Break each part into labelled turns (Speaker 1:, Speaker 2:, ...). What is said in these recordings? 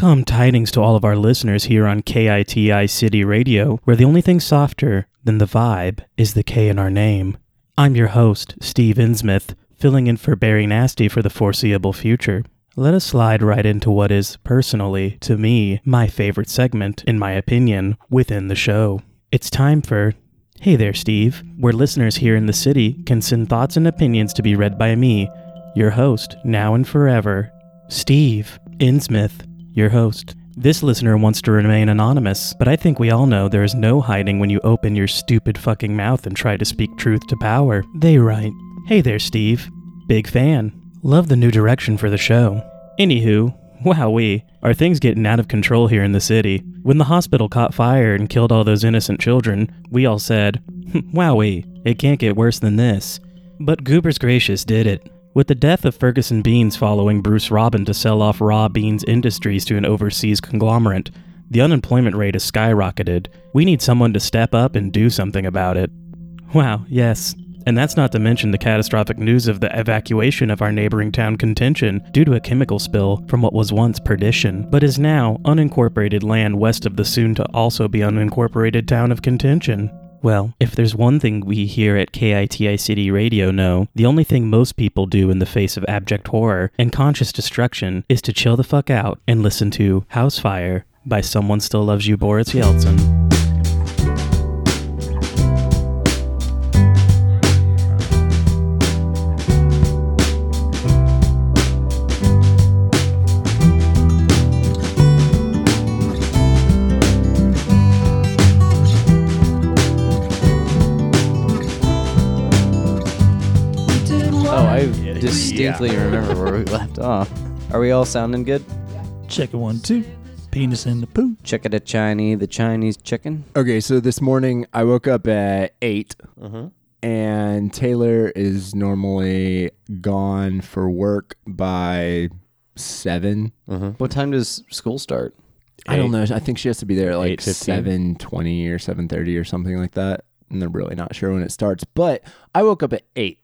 Speaker 1: Welcome, tidings, to all of our listeners here on KITI City Radio, where the only thing softer than the vibe is the K in our name. I'm your host, Steve Insmith, filling in for Barry Nasty for the foreseeable future. Let us slide right into what is, personally, to me, my favorite segment, in my opinion, within the show. It's time for Hey There, Steve, where listeners here in the city can send thoughts and opinions to be read by me, your host, now and forever, Steve Insmith your host. This listener wants to remain anonymous, but I think we all know there is no hiding when you open your stupid fucking mouth and try to speak truth to power. They write, Hey there, Steve. Big fan. Love the new direction for the show. Anywho, wowee, are things getting out of control here in the city? When the hospital caught fire and killed all those innocent children, we all said, "Hmm, Wowee, it can't get worse than this. But Goober's Gracious did it. With the death of Ferguson Beans following Bruce Robin to sell off Raw Beans Industries to an overseas conglomerate, the unemployment rate has skyrocketed. We need someone to step up and do something about it. Wow, yes. And that's not to mention the catastrophic news of the evacuation of our neighboring town Contention due to a chemical spill from what was once Perdition, but is now unincorporated land west of the soon to also be unincorporated town of Contention. Well, if there's one thing we here at KITI City Radio know, the only thing most people do in the face of abject horror and conscious destruction is to chill the fuck out and listen to House Fire by Someone Still Loves You Boris Yeltsin.
Speaker 2: Oh, I distinctly remember where we left off. Are we all sounding good?
Speaker 3: Chicken one, two. Penis in the poo.
Speaker 2: Chicken a Chinese, the Chinese chicken.
Speaker 4: Okay, so this morning I woke up at 8 and Taylor is normally gone for work by 7
Speaker 2: What time does school start?
Speaker 4: I don't know. I think she has to be there at like
Speaker 5: 8:15?
Speaker 4: seven twenty or seven thirty or something like that. And they're really not sure when it starts. But I woke up at eight,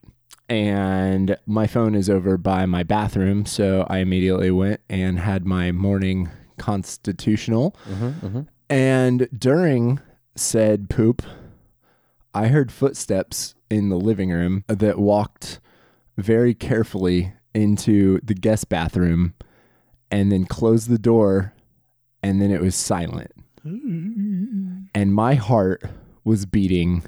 Speaker 4: and my phone is over by my bathroom, so I immediately went and had my morning constitutional. And during said poop, I heard footsteps in the living room that walked very carefully into the guest bathroom and then closed the door and then it was silent. And my heart was beating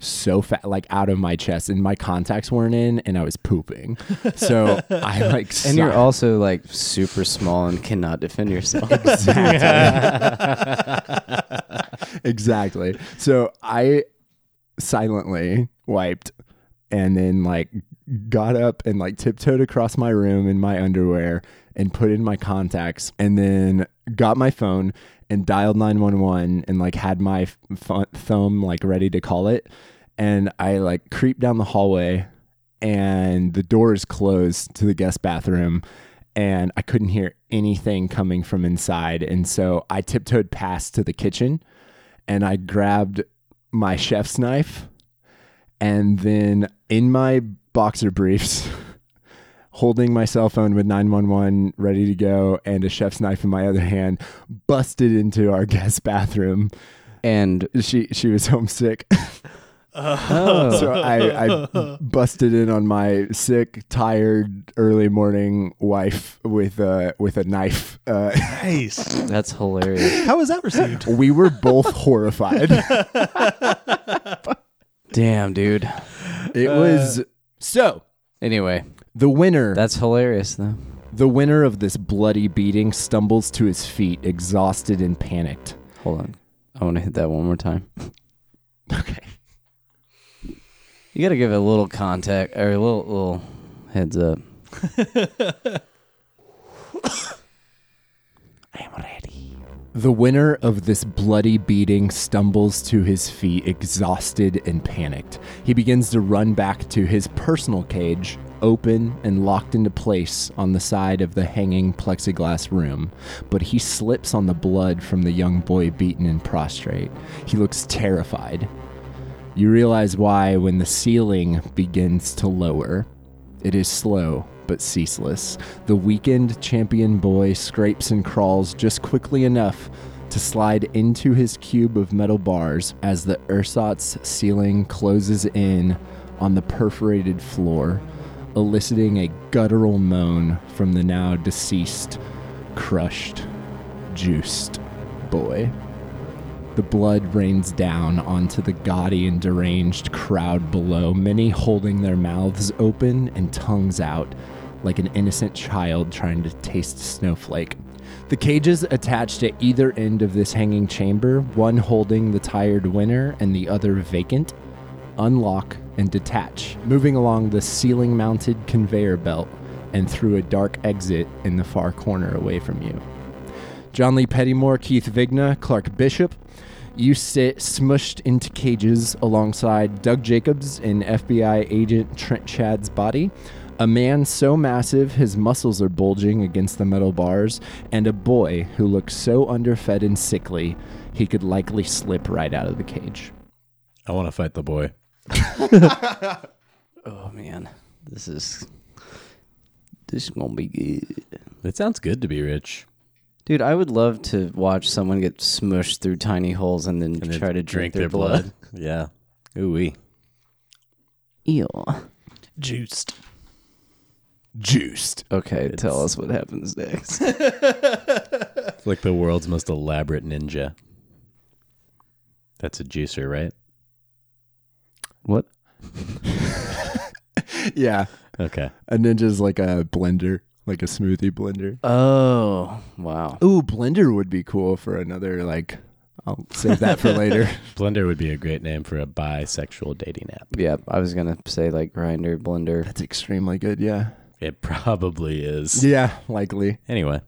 Speaker 4: so fast, like out of my chest, and my contacts weren't in, and I was pooping. So I like,
Speaker 2: And you're
Speaker 4: sighed.
Speaker 2: also like super small and cannot defend yourself. Exactly.
Speaker 4: exactly. So I silently wiped and then like got up and like tiptoed across my room in my underwear and put in my contacts and then got my phone and dialed 911 and like had my f- fu- thumb like ready to call it and I like creep down the hallway and the door is closed to the guest bathroom and I couldn't hear anything coming from inside and so I tiptoed past to the kitchen and I grabbed my chef's knife and then in my boxer briefs holding my cell phone with 911 ready to go and a chef's knife in my other hand busted into our guest bathroom
Speaker 2: And
Speaker 4: she she was homesick
Speaker 2: oh,
Speaker 4: so I, I busted in on my sick, tired, early morning wife with a with a knife. Uh,
Speaker 3: Nice.
Speaker 2: that's hilarious.
Speaker 3: How was that received?
Speaker 4: we were both horrified.
Speaker 2: Damn, dude.
Speaker 4: It was so
Speaker 2: Anyway,
Speaker 4: the winner.
Speaker 2: that's hilarious though.
Speaker 4: the winner of this bloody beating stumbles to his feet, exhausted and panicked.
Speaker 2: Hold on. I want to hit that one more time.
Speaker 4: Okay.
Speaker 2: You got to give it a little contact or a little, little heads up. I'm ready.
Speaker 4: The winner of this bloody beating stumbles to his feet, exhausted and panicked. He begins to run back to his personal cage, open and locked into place on the side of the hanging plexiglass room. But he slips on the blood from the young boy beaten and prostrate. He looks terrified. You realize why when the ceiling begins to lower. It is slow, but ceaseless. The weakened champion boy scrapes and crawls just quickly enough to slide into his cube of metal bars as the ersatz ceiling closes in on the perforated floor, eliciting a guttural moan from the now deceased, crushed, juiced boy. The blood rains down onto the gaudy and deranged crowd below, many holding their mouths open and tongues out like an innocent child trying to taste a snowflake. The cages attached at either end of this hanging chamber, one holding the tired winner and the other vacant, unlock and detach, moving along the ceiling mounted conveyor belt and through a dark exit in the far corner away from you. John Lee Pettymore, Keith Vigna, Clark Bishop. You sit smushed into cages alongside Doug Jacobs and FBI agent Trent Chad's body, a man so massive his muscles are bulging against the metal bars, and a boy who looks so underfed and sickly he could likely slip right out of the cage.
Speaker 5: I want to fight the boy.
Speaker 2: Oh man, this is this is gonna be good,
Speaker 5: It sounds good to be rich.
Speaker 2: dude. I would love to watch someone get smushed through tiny holes and then
Speaker 5: And then
Speaker 2: try to drink, their, blood.
Speaker 5: yeah. Ooh wee.
Speaker 2: Ew.
Speaker 3: Juiced.
Speaker 4: Juiced.
Speaker 2: Okay, tell us what happens next.
Speaker 5: It's like the world's most elaborate ninja. That's a juicer, right?
Speaker 2: what?
Speaker 4: Yeah,
Speaker 5: Okay.
Speaker 4: a ninja's like a blender, like a smoothie blender.
Speaker 2: Oh wow.
Speaker 4: Ooh, blender would be cool for another like. I'll save that for later.
Speaker 5: Blender would be a great name for a bisexual dating app.
Speaker 2: Yeah, I was gonna say like grinder, blender.
Speaker 4: That's extremely good. Yeah.
Speaker 5: It probably is.
Speaker 4: Yeah, likely.
Speaker 5: Anyway,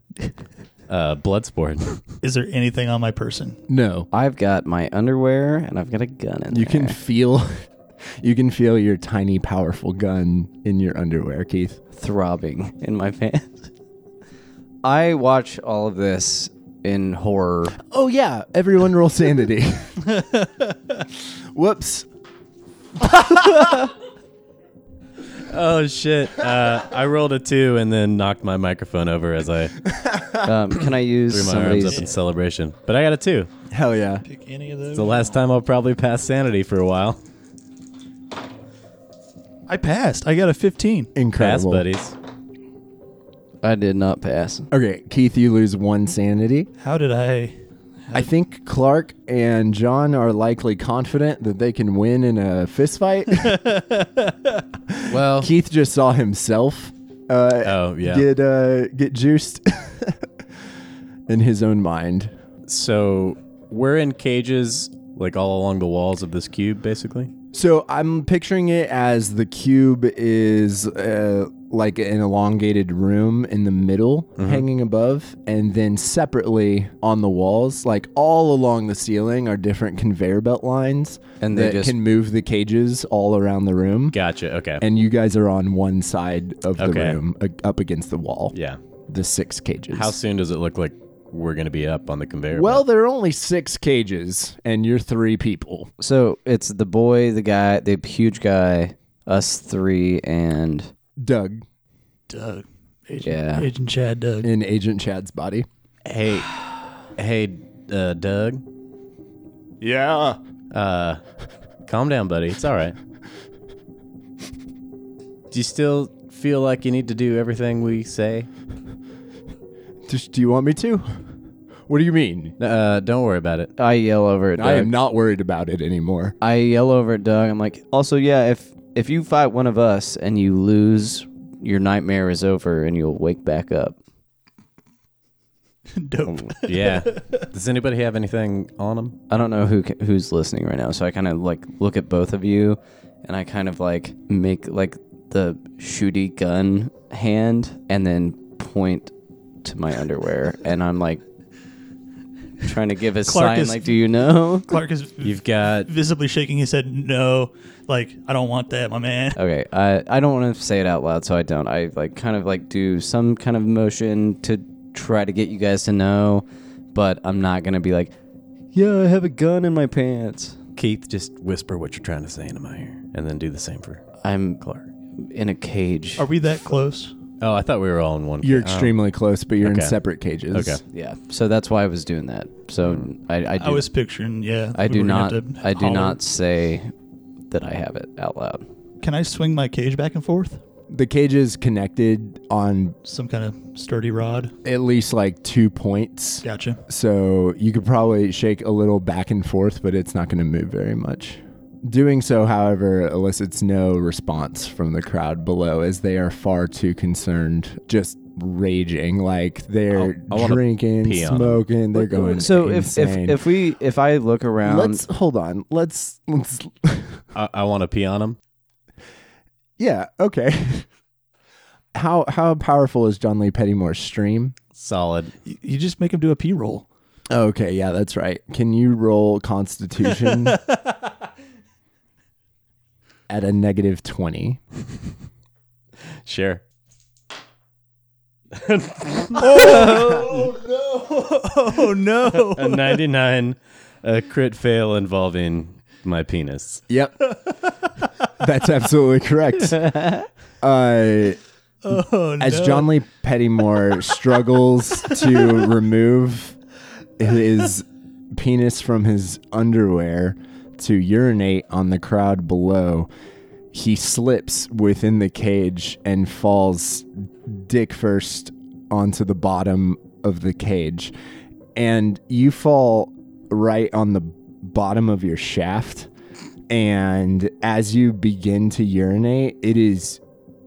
Speaker 5: uh, Bloodsport.
Speaker 3: Is there anything on my person?
Speaker 4: No.
Speaker 2: I've got my underwear and I've got a gun in
Speaker 4: You
Speaker 2: there.
Speaker 4: can feel you can feel your tiny powerful gun in your underwear, Keith.
Speaker 2: throbbing in my pants. I watch all of this in horror.
Speaker 4: Oh yeah, everyone roll sanity. Whoops.
Speaker 5: oh shit! Uh, I rolled a two and then knocked my microphone over as I threw
Speaker 2: Um, can I use
Speaker 5: my arms
Speaker 2: somebody's?
Speaker 5: up in celebration. But I got a two.
Speaker 4: Hell yeah.
Speaker 3: Pick any of those.
Speaker 5: It's the last time I'll probably pass sanity for a while.
Speaker 3: I passed. I got a 15.
Speaker 5: Pass,
Speaker 4: Incredible.
Speaker 5: buddies.
Speaker 2: I did not pass.
Speaker 4: Okay, Keith, you lose one sanity.
Speaker 3: How did I?
Speaker 4: I think Clark and John are likely confident that they can win in a fistfight.
Speaker 2: Well,
Speaker 4: Keith just saw himself uh,
Speaker 5: Oh yeah.
Speaker 4: get uh, get juiced in his own mind.
Speaker 5: So we're in cages, like all along the walls of this cube, basically.
Speaker 4: So I'm picturing it as the cube is uh, like an elongated room in the middle, hanging above, and then separately on the walls, like all along the ceiling, are different conveyor belt lines
Speaker 2: And they
Speaker 4: that
Speaker 2: just-
Speaker 4: can move the cages all around the room.
Speaker 5: Gotcha. Okay.
Speaker 4: And you guys are on one side of the
Speaker 5: Okay.
Speaker 4: room, uh, up against the wall.
Speaker 5: yeah.
Speaker 4: The six cages.
Speaker 5: How soon does it look like we're gonna be up on the conveyor?
Speaker 4: well,
Speaker 5: belt?
Speaker 4: there are only six cages, and you're three people.
Speaker 2: so it's the boy, the guy, the huge guy, us three, and
Speaker 4: Doug
Speaker 3: Doug. Agent,
Speaker 2: Yeah.
Speaker 3: Agent Chad Doug.
Speaker 4: in Agent Chad's body.
Speaker 5: hey, hey, uh, Doug.
Speaker 4: Yeah.
Speaker 5: Uh, calm down, buddy. It's all right. Do you still feel like you need to do everything we say?
Speaker 4: Just, do you want me to? What do you mean?
Speaker 5: Uh, don't worry about it.
Speaker 2: I yell over at Doug.
Speaker 4: I am not worried about it anymore.
Speaker 2: I yell over at Doug. I'm like, also, yeah, if if you fight one of us and you lose, your nightmare is over and you'll wake back up.
Speaker 3: Dope.
Speaker 5: Yeah. Does anybody have anything on them?
Speaker 2: I don't know who ca- who's listening right now, so I kind of like look at both of you, and I kind of like make like the shooty gun hand, and then point to my underwear, and I'm like trying to give a
Speaker 3: Clark
Speaker 2: sign,
Speaker 3: is-
Speaker 2: like, "Do you know?"
Speaker 3: Clark is
Speaker 5: You've got
Speaker 3: visibly shaking his head. No. Like, I don't want that, my man.
Speaker 2: Okay, I I don't want to say it out loud, so I don't. I like kind of like do some kind of motion to try to get you guys to know, but I'm not gonna be like, "Yeah, I have a gun in my pants."
Speaker 5: Keith. Just whisper what you're trying to say into my ear, and then do the same for
Speaker 2: I'm
Speaker 5: Clark.
Speaker 2: in a cage.
Speaker 3: Are we that close?
Speaker 5: Oh, I thought we were all in one.
Speaker 4: You're
Speaker 5: ca- oh.
Speaker 4: extremely close, but you're
Speaker 5: Okay.
Speaker 4: in separate cages.
Speaker 5: Okay.
Speaker 2: Yeah. So that's why I was doing that. So I I, do,
Speaker 3: Hmm. I was picturing, yeah.
Speaker 2: I
Speaker 3: we
Speaker 2: do
Speaker 3: were
Speaker 2: not
Speaker 3: gonna have to
Speaker 2: I do
Speaker 3: holler.
Speaker 2: not say that I have it out loud.
Speaker 3: Can I swing my cage back and forth?
Speaker 4: The cage is connected on
Speaker 3: Some kind of sturdy rod.
Speaker 4: at least like two points.
Speaker 3: Gotcha.
Speaker 4: So you could probably shake a little back and forth, but it's not going to move very much. Doing so, however, elicits no response from the crowd below as they are far too concerned, just raging. Like they're
Speaker 5: I- I wanna
Speaker 4: drinking,
Speaker 5: pee on 'em.
Speaker 4: smoking, they're going
Speaker 2: So if, if
Speaker 4: insane.
Speaker 2: if we if I look around
Speaker 4: let's hold on, let's let's
Speaker 5: I, I want to pee on him.
Speaker 4: yeah, okay. how how powerful is John Lee Pettymore's stream?
Speaker 5: Solid.
Speaker 3: You, you just make him do a P roll.
Speaker 4: Okay, yeah, that's right. Can you roll Constitution at a negative twenty?
Speaker 5: Sure.
Speaker 3: Oh no!
Speaker 5: A 99, a crit fail involving my penis.
Speaker 4: Yep. That's absolutely correct. Uh,
Speaker 3: Oh no!
Speaker 4: as John Lee Pettymore struggles to remove his penis from his underwear to urinate on the crowd below, he slips within the cage and falls dick first onto the bottom of the cage. And you fall right on the bottom of your shaft. And as you begin to urinate, it is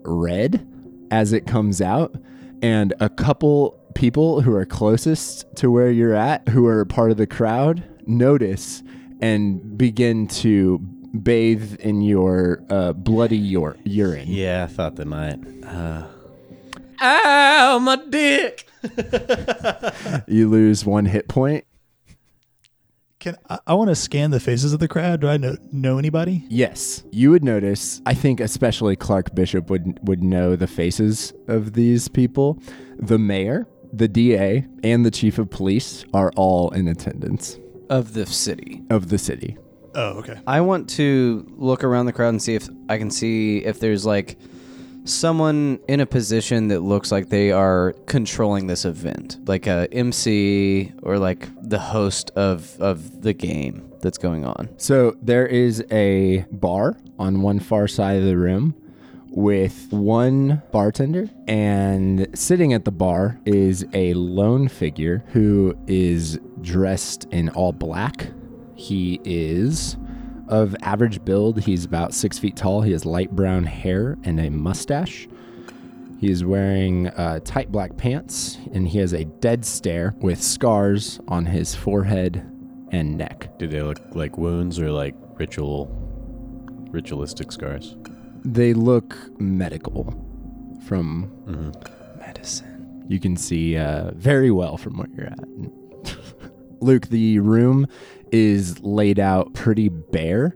Speaker 4: red as it comes out. And a couple people who are closest to where you're at, who are part of the crowd, notice and begin to bathe in your uh, bloody ur- urine.
Speaker 5: Yeah, I thought they might. Ow, my dick.
Speaker 4: You lose one hit point.
Speaker 3: Can I, I want to scan the faces of the crowd? Do I know, know anybody?
Speaker 4: Yes, you would notice. I think especially Clark Bishop would would know the faces of these people. The mayor, the DA, and the chief of police are all in attendance
Speaker 2: of the city.
Speaker 4: of the city.
Speaker 3: Oh, okay.
Speaker 2: I want to look around the crowd and see if I can see if there's like someone in a position that looks like they are controlling this event, like a MC or like the host of of the game that's going on.
Speaker 4: So there is a bar on one far side of the room with one bartender, and sitting at the bar is a lone figure who is dressed in all black. He is of average build, he's about six feet tall, he has light brown hair and a mustache. He is wearing uh, tight black pants and he has a dead stare with scars on his forehead and neck.
Speaker 5: Do they look like wounds or like ritual, ritualistic scars?
Speaker 4: they look medical from
Speaker 2: Medicine.
Speaker 4: Mm-hmm. you can see uh, very well from where you're at luke the room is laid out pretty bare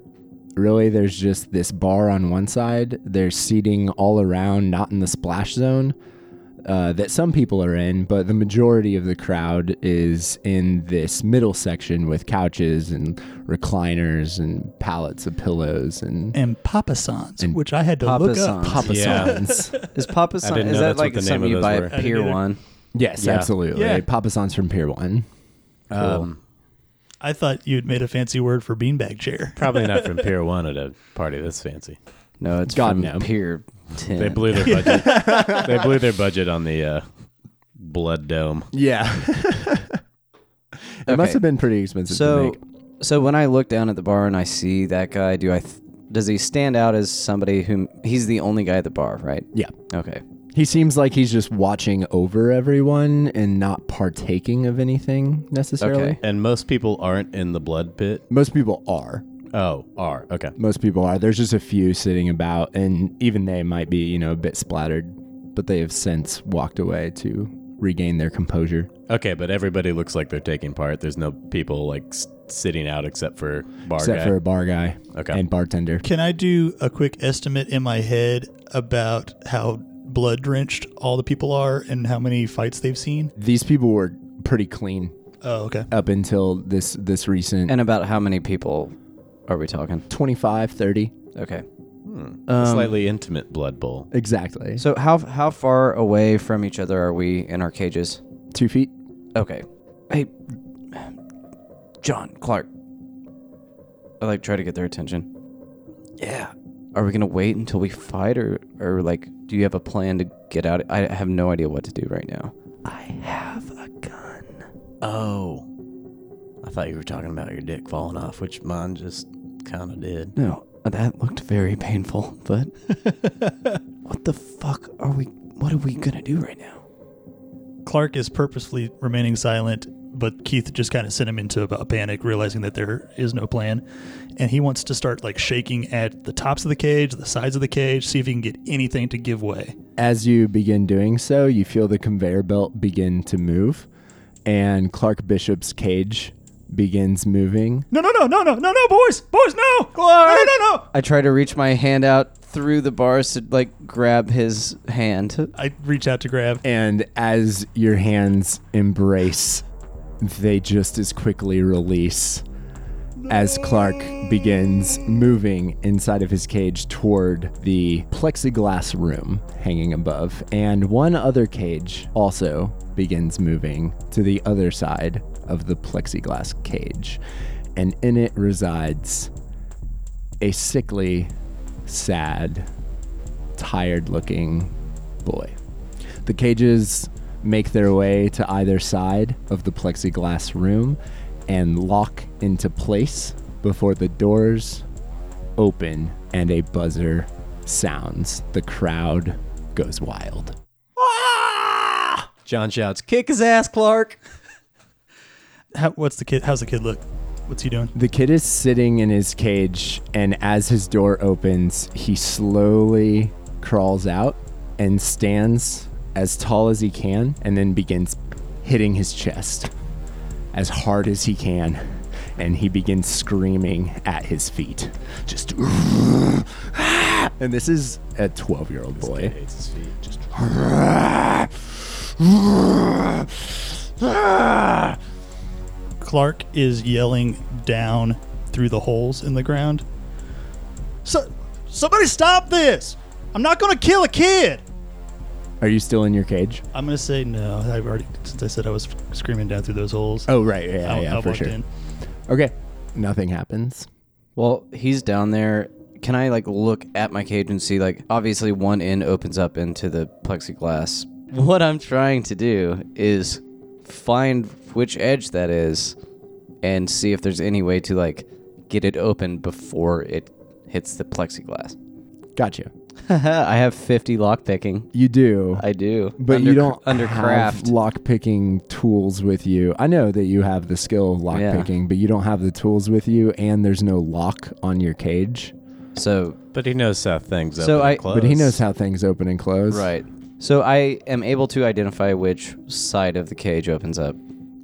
Speaker 4: really there's just this bar on one side there's seating all around not in the splash zone uh, that some people are in, but the majority of the crowd is in this middle section with couches and recliners and pallets of pillows and
Speaker 3: And Papa Sans,
Speaker 4: And
Speaker 3: which I had to look up.
Speaker 2: Papasan.
Speaker 4: papa
Speaker 5: Yeah.
Speaker 4: signs.
Speaker 2: Is Papa
Speaker 5: I
Speaker 2: San,
Speaker 5: didn't
Speaker 2: is
Speaker 5: know
Speaker 2: that
Speaker 5: that's what
Speaker 2: like
Speaker 5: the name
Speaker 2: something
Speaker 5: of
Speaker 2: you
Speaker 5: those
Speaker 2: buy
Speaker 5: were.
Speaker 2: at Pier
Speaker 3: I didn't
Speaker 2: One?
Speaker 4: Yes,
Speaker 5: Yeah.
Speaker 4: absolutely.
Speaker 3: Yeah.
Speaker 4: Papa San's from Pier One.
Speaker 5: Um,
Speaker 3: I thought you'd made a fancy word for beanbag chair.
Speaker 5: probably not from Pier One at a party this fancy.
Speaker 2: No, it's
Speaker 4: God,
Speaker 2: from
Speaker 4: no.
Speaker 2: Pier Ten.
Speaker 5: They blew their budget. they blew their budget on the uh, blood dome.
Speaker 4: Yeah. it must
Speaker 2: Okay.
Speaker 4: have been pretty expensive to
Speaker 2: so
Speaker 4: make.
Speaker 2: so when I look down at the bar and I see that guy, do I th- does he stand out as somebody whom he's the only guy at the bar, right?
Speaker 4: Yeah.
Speaker 2: Okay.
Speaker 4: He seems like he's just watching over everyone and not partaking of anything necessarily.
Speaker 2: Okay.
Speaker 5: And most people aren't in the blood pit.
Speaker 4: Most people are.
Speaker 5: Oh, are okay.
Speaker 4: Most people are. There's just a few sitting about and even they might be, you know, a bit splattered, but they have since walked away to regain their composure.
Speaker 5: Okay, but everybody looks like they're taking part. There's no people like s- sitting out except for bar
Speaker 4: except
Speaker 5: guy.
Speaker 4: for a bar guy
Speaker 5: Okay.
Speaker 4: and bartender.
Speaker 3: Can I do a quick estimate in my head about how blood drenched all the people are and how many fights they've seen?
Speaker 4: These people were pretty clean
Speaker 3: Oh, okay.
Speaker 4: up until this this recent
Speaker 2: And about how many people are we talking?
Speaker 4: 25, 30.
Speaker 2: Okay.
Speaker 6: um,
Speaker 5: A Hmm. Slightly intimate blood bowl.
Speaker 4: Exactly.
Speaker 2: So how how far away from each other are we in our cages?
Speaker 4: Two feet.
Speaker 2: Okay. Hey, John Clark. I like try to get their attention. Yeah. Are we gonna wait until we fight, or or like, do you have a plan to get out? I have no idea what to do right now. I have a gun.
Speaker 6: Oh. I thought you were talking about your dick falling off, which mine just kind of did.
Speaker 2: No, that looked very painful. But what the fuck are we? What are we gonna do right now?
Speaker 3: Clark is purposefully remaining silent, but Keith just kind of sent him into a panic, realizing that there is no plan. And he wants to start like shaking at the tops of the cage, the sides of the cage, see if he can get anything to give way.
Speaker 4: As you begin doing so, you feel the conveyor belt begin to move, and Clark Bishop's cage begins moving.
Speaker 3: No, no, no, no, no, no, no, boys, boys, no, Clark, no, no, no.
Speaker 2: I try to reach my hand out through the bars to like grab his hand.
Speaker 3: I reach out to grab.
Speaker 4: And as your hands embrace, they just as quickly release as Clark begins moving inside of his cage toward the plexiglass room hanging above. And one other cage also begins moving to the other side of the plexiglass cage. And in it resides a sickly, sad, tired looking boy. The cages make their way to either side of the plexiglass room and lock into place before the doors open and a buzzer sounds. The crowd goes wild.
Speaker 5: John shouts, "Kick his ass, Clark!"
Speaker 3: How, what's the kid? How's the kid look? What's he doing?
Speaker 4: The kid is sitting in his cage, and as his door opens, he slowly crawls out and stands as tall as he can and then begins hitting his chest as hard as he can. And he begins screaming at his feet. Just. And this is a 12 year old boy.
Speaker 5: Hates his feet. Just
Speaker 3: Clark is yelling down through the holes in the ground. So, somebody stop this! I'm not gonna kill a kid.
Speaker 4: Are you still in your cage?
Speaker 3: I'm gonna say no. I've already since I said I was screaming down through those holes.
Speaker 4: Oh, right. Yeah,
Speaker 3: I,
Speaker 4: yeah,
Speaker 3: I
Speaker 4: for
Speaker 3: walked
Speaker 4: sure.
Speaker 3: in.
Speaker 4: Okay. Nothing happens.
Speaker 2: Well, he's down there. Can I like look at my cage and see like obviously one end opens up into the plexiglass. What I'm trying to do is find which edge that is and see if there's any way to like get it open before it hits the plexiglass.
Speaker 4: Gotcha.
Speaker 2: I have 50 lock picking.
Speaker 4: You do.
Speaker 2: I do.
Speaker 4: but
Speaker 2: Under-
Speaker 4: you don't
Speaker 2: under
Speaker 4: have
Speaker 2: craft.
Speaker 4: lockpicking tools with you. I know that you have the skill of
Speaker 2: Yeah.
Speaker 4: lockpicking, but you don't have the tools with you, and there's no lock on your cage.
Speaker 2: so
Speaker 5: But he knows how things
Speaker 2: So
Speaker 5: open
Speaker 2: I-
Speaker 5: and close.
Speaker 4: But he knows how things open and close.
Speaker 2: Right. So I am able to identify which side of the cage opens up.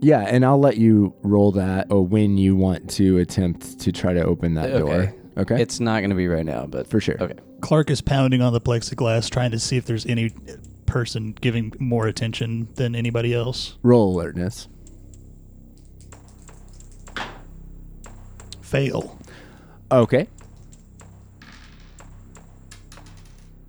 Speaker 4: Yeah, and I'll let you roll that or when you want to attempt to try to open that
Speaker 2: Okay.
Speaker 4: door. Okay.
Speaker 2: It's not going to be right now, but
Speaker 4: for sure.
Speaker 2: Okay.
Speaker 3: Clark is pounding on the plexiglass, trying to see if there's any person giving more attention than anybody else.
Speaker 4: Roll alertness.
Speaker 3: Fail.
Speaker 4: Okay.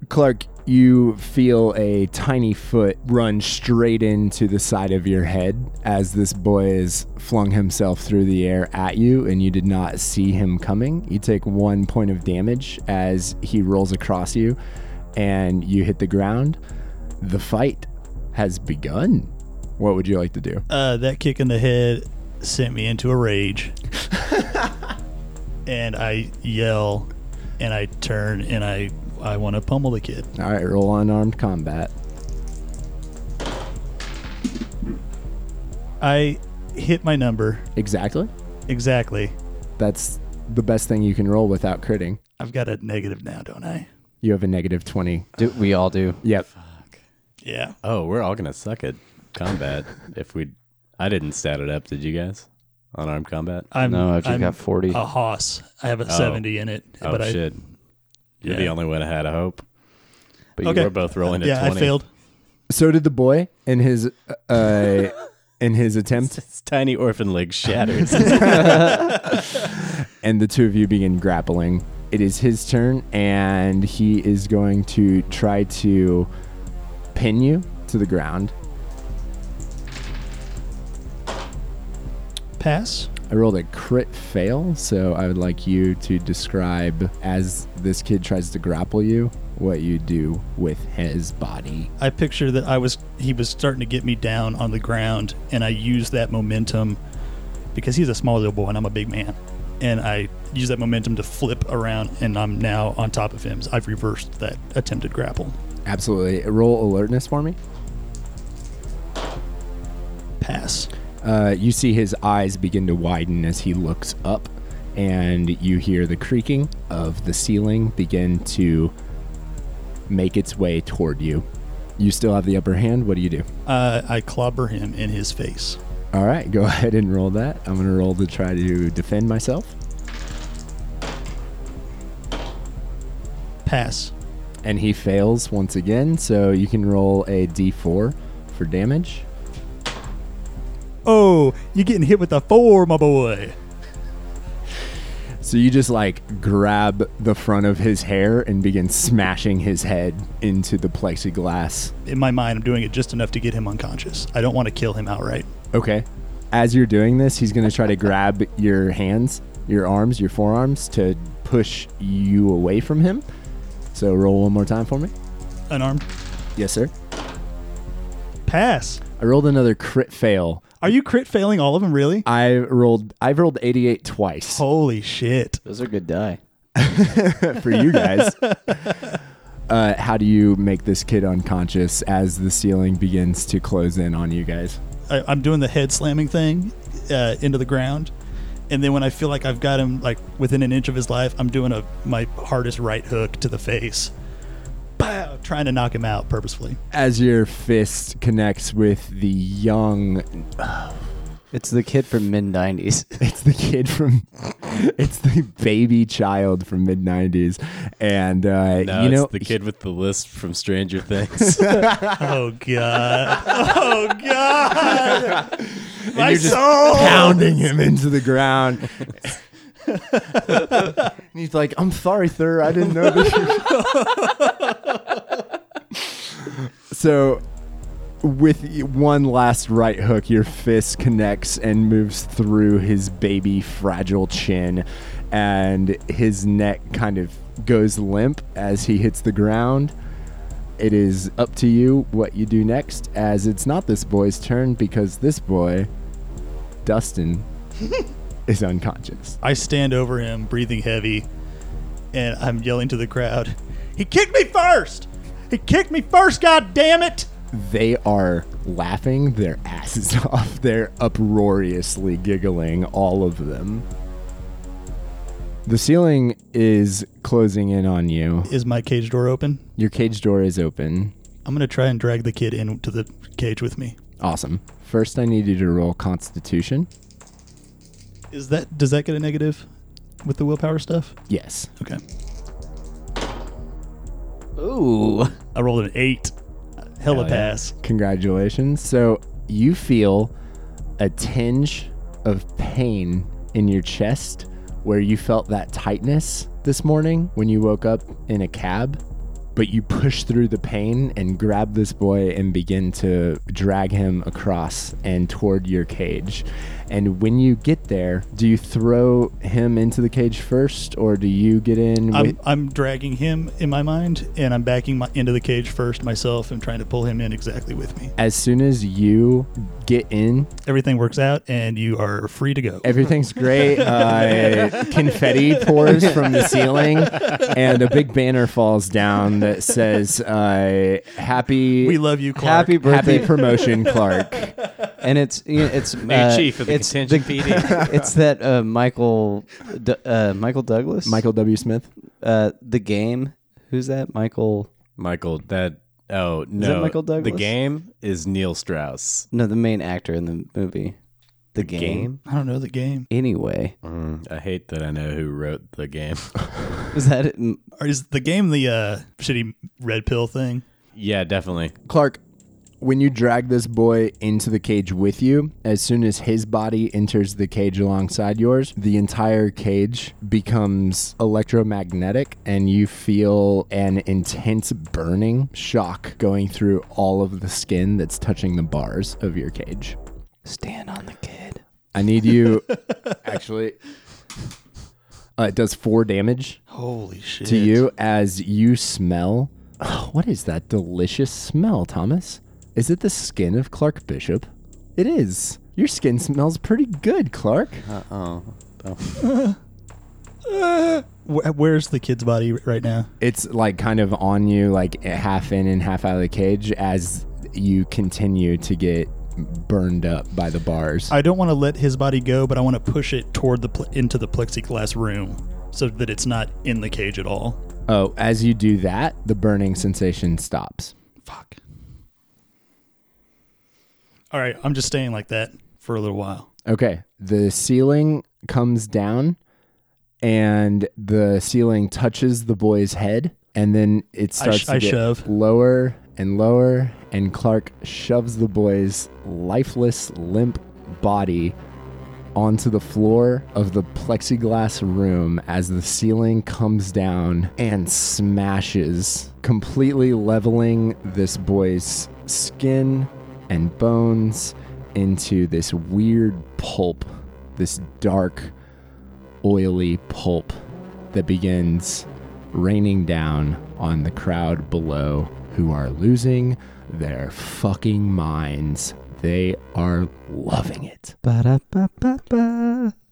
Speaker 4: Clark, you feel a tiny foot run straight into the side of your head as this boy has flung himself through the air at you and you did not see him coming. You take one point of damage as he rolls across you and you hit the ground. The fight has begun. What would you like to do?
Speaker 3: Uh, that kick in the head sent me into a rage, and I yell, and I turn, and I I want to pummel the kid.
Speaker 4: All right, roll unarmed combat.
Speaker 3: I hit my number
Speaker 4: Exactly.
Speaker 3: exactly.
Speaker 4: That's the best thing you can roll without critting.
Speaker 3: I've got a negative now, don't I?
Speaker 4: You have a negative 20
Speaker 2: Do, we all do.
Speaker 4: Yep.
Speaker 3: Yeah.
Speaker 5: Oh, we're all gonna suck at combat if we. I didn't stat it up. Did you guys? On armed combat.
Speaker 3: I'm
Speaker 2: No, I've just
Speaker 3: I'm
Speaker 2: got 40.
Speaker 3: A hoss. I have a 70 in it,
Speaker 5: Oh
Speaker 3: but
Speaker 5: shit! You're the
Speaker 3: Yeah.
Speaker 5: only one that had a hope. But
Speaker 3: Okay.
Speaker 5: you were both
Speaker 3: I
Speaker 5: rolling at
Speaker 3: yeah I
Speaker 5: twenty.
Speaker 3: failed.
Speaker 4: So did the boy in his uh, in his attempt,
Speaker 5: His tiny orphan leg shattered.
Speaker 4: and the two of you begin grappling. it is his turn, and he is going to try to pin you to the ground.
Speaker 3: Pass.
Speaker 4: I rolled a crit fail, so I would like you to describe as this kid tries to grapple you what you do with his body.
Speaker 3: I picture that I was he was starting to get me down on the ground, and I used that momentum because he's a small little boy and I'm a big man, and I use that momentum to flip around, and I'm now on top of him. I've reversed that attempted grapple.
Speaker 4: Absolutely. Roll alertness for me.
Speaker 3: Pass.
Speaker 4: Uh, you see his eyes begin to widen as he looks up, and you hear the creaking of the ceiling begin to make its way toward you. You still have the upper hand. What do you do?
Speaker 3: Uh, I clobber him in his face.
Speaker 4: All right, go ahead and roll that. I'm going to roll to try to defend myself.
Speaker 3: Pass.
Speaker 4: And he fails once again, so you can roll a d4 for damage.
Speaker 3: Oh, you're getting hit with a four, my boy.
Speaker 4: So you just like grab the front of his hair and begin smashing his head into the plexiglass.
Speaker 3: In my mind, I'm doing it just enough to get him unconscious. I don't want to kill him outright.
Speaker 4: Okay. As you're doing this, he's going to try to grab your hands, your arms, your forearms to push you away from him. So roll one more time for me.
Speaker 3: Unarmed.
Speaker 4: Yes, sir.
Speaker 3: Pass.
Speaker 4: I rolled another crit fail.
Speaker 3: Are you crit failing all of them, really?
Speaker 4: I rolled I've rolled 88 twice
Speaker 3: Holy shit.
Speaker 2: Those are good die.
Speaker 4: for you guys. Uh, how do you make this kid unconscious as the ceiling begins to close in on you guys?
Speaker 3: I, I'm doing the head slamming thing uh, into the ground. And then when I feel like I've got him like within an inch of his life, I'm doing a my hardest right hook to the face. Bow, trying to knock him out purposefully.
Speaker 4: As your fist connects with the young
Speaker 2: It's the kid from mid nineties.
Speaker 4: It's the kid from, it's the baby child from mid '90s, and uh,
Speaker 5: No,
Speaker 4: you know
Speaker 5: it's the kid with the list from Stranger Things.
Speaker 3: Oh god. oh god. My
Speaker 4: you're just
Speaker 3: soul.
Speaker 4: pounding him into the ground. and he's like, "I'm sorry, sir, I didn't know this." so, with y- one last right hook, your fist connects and moves through his baby fragile chin, and his neck kind of goes limp as he hits the ground. It is up to you what you do next, as it's not this boy's turn because this boy Dustin is unconscious.
Speaker 3: I stand over him, breathing heavy, and I'm yelling to the crowd, He kicked me first! He kicked me first, god damn it!
Speaker 4: They are laughing their asses off. They're uproariously giggling, all of them. The ceiling is closing in on you.
Speaker 3: Is my cage door open?
Speaker 4: Your cage door is open.
Speaker 3: I'm gonna try and drag the kid into the cage with me.
Speaker 4: Awesome. First, I need you to roll Constitution.
Speaker 3: Is that does that get a negative with the willpower stuff?
Speaker 4: Yes.
Speaker 3: Okay.
Speaker 2: Ooh.
Speaker 3: I rolled an eight. Hella
Speaker 4: Hell yeah.
Speaker 3: pass.
Speaker 4: Congratulations. So you feel a tinge of pain in your chest where you felt that tightness this morning when you woke up in a cab. But you push through the pain and grab this boy and begin to drag him across and toward your cage. And when you get there, do you throw him into the cage first or do you get in? with-
Speaker 3: I'm I'm dragging him in my mind and I'm backing my into the cage first myself and trying to pull him in exactly with me.
Speaker 4: as soon as you get in,
Speaker 3: Everything works out and you are free to go.
Speaker 4: Everything's great. Uh, confetti pours from the ceiling, and a big banner falls down that says uh, "Happy."
Speaker 3: We love you, Clark.
Speaker 2: Happy birthday.
Speaker 4: Happy promotion, Clark.
Speaker 2: and it's you know, it's uh,
Speaker 5: Hey, Chief of the
Speaker 2: it's
Speaker 5: contingent PD.
Speaker 2: it's that uh, Michael D- uh, Michael Douglas
Speaker 4: Michael W. Smith.
Speaker 2: uh, the game who's that Michael
Speaker 5: Michael, that oh no,
Speaker 2: Michael Douglas?
Speaker 5: The game is Neil Strauss.
Speaker 2: no the main actor in the movie the, game?
Speaker 3: I don't know the game.
Speaker 2: anyway
Speaker 5: Mm, I hate that I know who wrote the game.
Speaker 2: is that it? Mm,
Speaker 3: Or is the game the uh, shitty red pill thing?
Speaker 5: yeah, definitely.
Speaker 4: Clark, when you drag this boy into the cage with you, as soon as his body enters the cage alongside yours, the entire cage becomes electromagnetic and you feel an intense burning shock going through all of the skin that's touching the bars of your cage.
Speaker 2: Stand on the kid.
Speaker 4: I need you actually uh, it does 4 damage
Speaker 3: Holy shit.
Speaker 4: to you as you smell. Oh, what is that delicious smell, Thomas? Is it the skin of Clark Bishop? It is. Your skin smells pretty good, Clark.
Speaker 6: Oh,
Speaker 3: Wh- where's the kid's body r- right now?
Speaker 4: It's like kind of on you, like half in and half out of the cage as you continue to get burned up by the bars.
Speaker 3: I don't want to let his body go, but I want to push it toward the pl- into the plexiglass room so that it's not in the cage at all.
Speaker 4: oh, as you do that, the burning sensation stops.
Speaker 3: Fuck. All right, I'm just staying like that for a little while.
Speaker 4: Okay. The ceiling comes down and the ceiling touches the boy's head and then it
Speaker 3: I
Speaker 4: starts
Speaker 3: sh-
Speaker 4: to
Speaker 3: I
Speaker 4: get
Speaker 3: shove.
Speaker 4: lower and lower and Clark shoves the boy's lifeless limp body onto the floor of the plexiglass room as the ceiling comes down and smashes, completely leveling this boy's skin and bones into this weird pulp, this dark, oily pulp that begins raining down on the crowd below who are losing their fucking minds. They are loving it.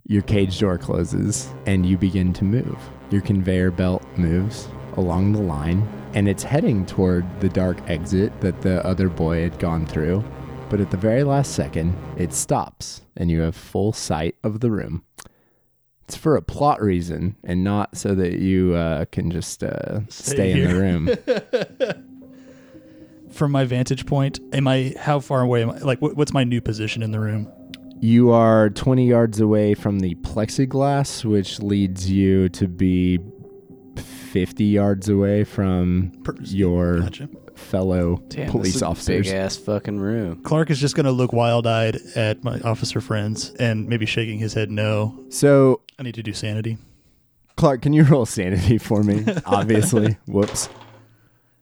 Speaker 4: Your cage door closes and you begin to move. Your conveyor belt moves along the line and it's heading toward the dark exit that the other boy had gone through. But at the very last second, it stops and you have full sight of the room. It's for a plot reason and not so that you uh, can just uh, stay in the
Speaker 3: here.
Speaker 4: room.
Speaker 3: From my vantage point, am I how far away am I? Like, what, what's my new position in the room?
Speaker 4: You are 20 yards away from the plexiglass, which leads you to be 50 yards away from
Speaker 3: Per-
Speaker 4: your
Speaker 3: Gotcha.
Speaker 4: fellow
Speaker 2: Damn,
Speaker 4: police officers.
Speaker 2: Big ass fucking room.
Speaker 3: Clark is just going to look wild eyed at my officer friends and maybe shaking his head no.
Speaker 4: So,
Speaker 3: I need to do sanity.
Speaker 4: Clark, can you roll sanity for me? Obviously. Whoops.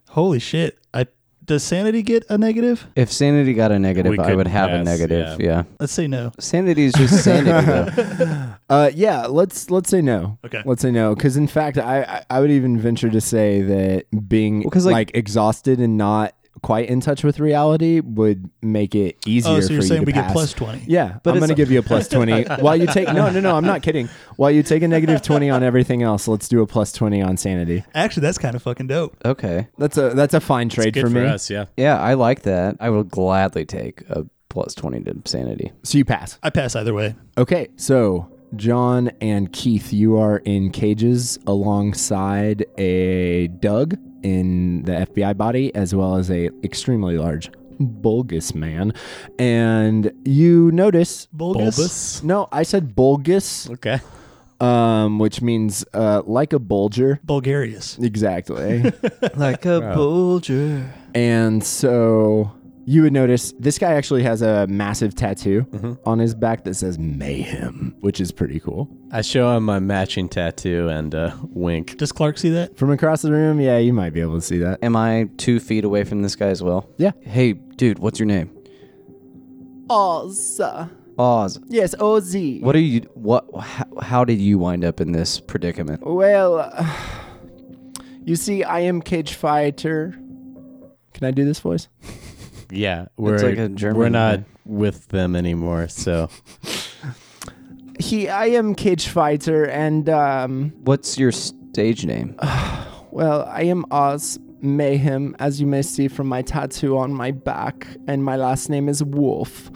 Speaker 3: Holy shit. I Does sanity get a negative?
Speaker 2: If sanity got a negative,
Speaker 5: We
Speaker 2: I
Speaker 5: could
Speaker 2: would have a
Speaker 5: pass,
Speaker 2: negative. Yeah.
Speaker 5: yeah.
Speaker 3: Let's say no.
Speaker 2: Sanity is just sanity, though.
Speaker 4: Uh, yeah, let's let's say no.
Speaker 3: Okay.
Speaker 4: Let's say no, because in fact, I, I I would even venture to say that being
Speaker 2: Well, 'cause, like-
Speaker 4: like, exhausted and not quite in touch with reality would make it easier.
Speaker 3: Oh, so
Speaker 4: for
Speaker 3: you're
Speaker 4: you
Speaker 3: saying
Speaker 4: to
Speaker 3: we get
Speaker 4: pass.
Speaker 3: plus 20.
Speaker 4: Yeah,
Speaker 2: But
Speaker 4: I'm
Speaker 2: it's-
Speaker 4: going to give you a plus 20. While you take No, no, no, I'm not kidding. While you take a negative 20 on everything else, let's do a plus 20 on sanity.
Speaker 3: Actually, that's kind of fucking dope.
Speaker 2: Okay.
Speaker 4: That's a that's a fine trade
Speaker 5: Good
Speaker 4: for
Speaker 5: for,
Speaker 4: me.
Speaker 5: us, yeah.
Speaker 2: Yeah, I like that. I will gladly take a plus 20 to sanity.
Speaker 4: So you pass.
Speaker 3: I pass either way.
Speaker 4: Okay, so John and Keith, you are in cages alongside a Doug in the FBI body, as well as a extremely large bulgus man. And you notice
Speaker 3: Bulgus?
Speaker 5: Bulbous.
Speaker 4: no, I said bulgus,
Speaker 5: Okay.
Speaker 4: um, which means uh, like a bulger.
Speaker 3: Bulgarius.
Speaker 4: Exactly.
Speaker 2: Like a bulger.
Speaker 4: And so you would notice this guy actually has a massive tattoo on his back that says mayhem, which is pretty cool.
Speaker 5: I show him my matching tattoo and uh, wink.
Speaker 3: Does Clark see that?
Speaker 4: From across the room, yeah, you might be able to see that.
Speaker 2: Am I two feet away from this guy as well?
Speaker 4: Yeah.
Speaker 2: Hey, dude, what's your name?
Speaker 4: Oz.
Speaker 2: Oz.
Speaker 4: Yes, Ozzy.
Speaker 2: What are you? What? How, how did you wind up in this predicament?
Speaker 4: Well, you see, I am cage fighter. Can I do this voice?
Speaker 5: Yeah, we're
Speaker 2: like a German
Speaker 5: we're not
Speaker 2: guy.
Speaker 5: with them anymore. So
Speaker 4: He, I am cage fighter, and um,
Speaker 2: What's your stage name?
Speaker 4: well, I am Oz Mayhem, as you may see from my tattoo on my back, and my last name is Wolf.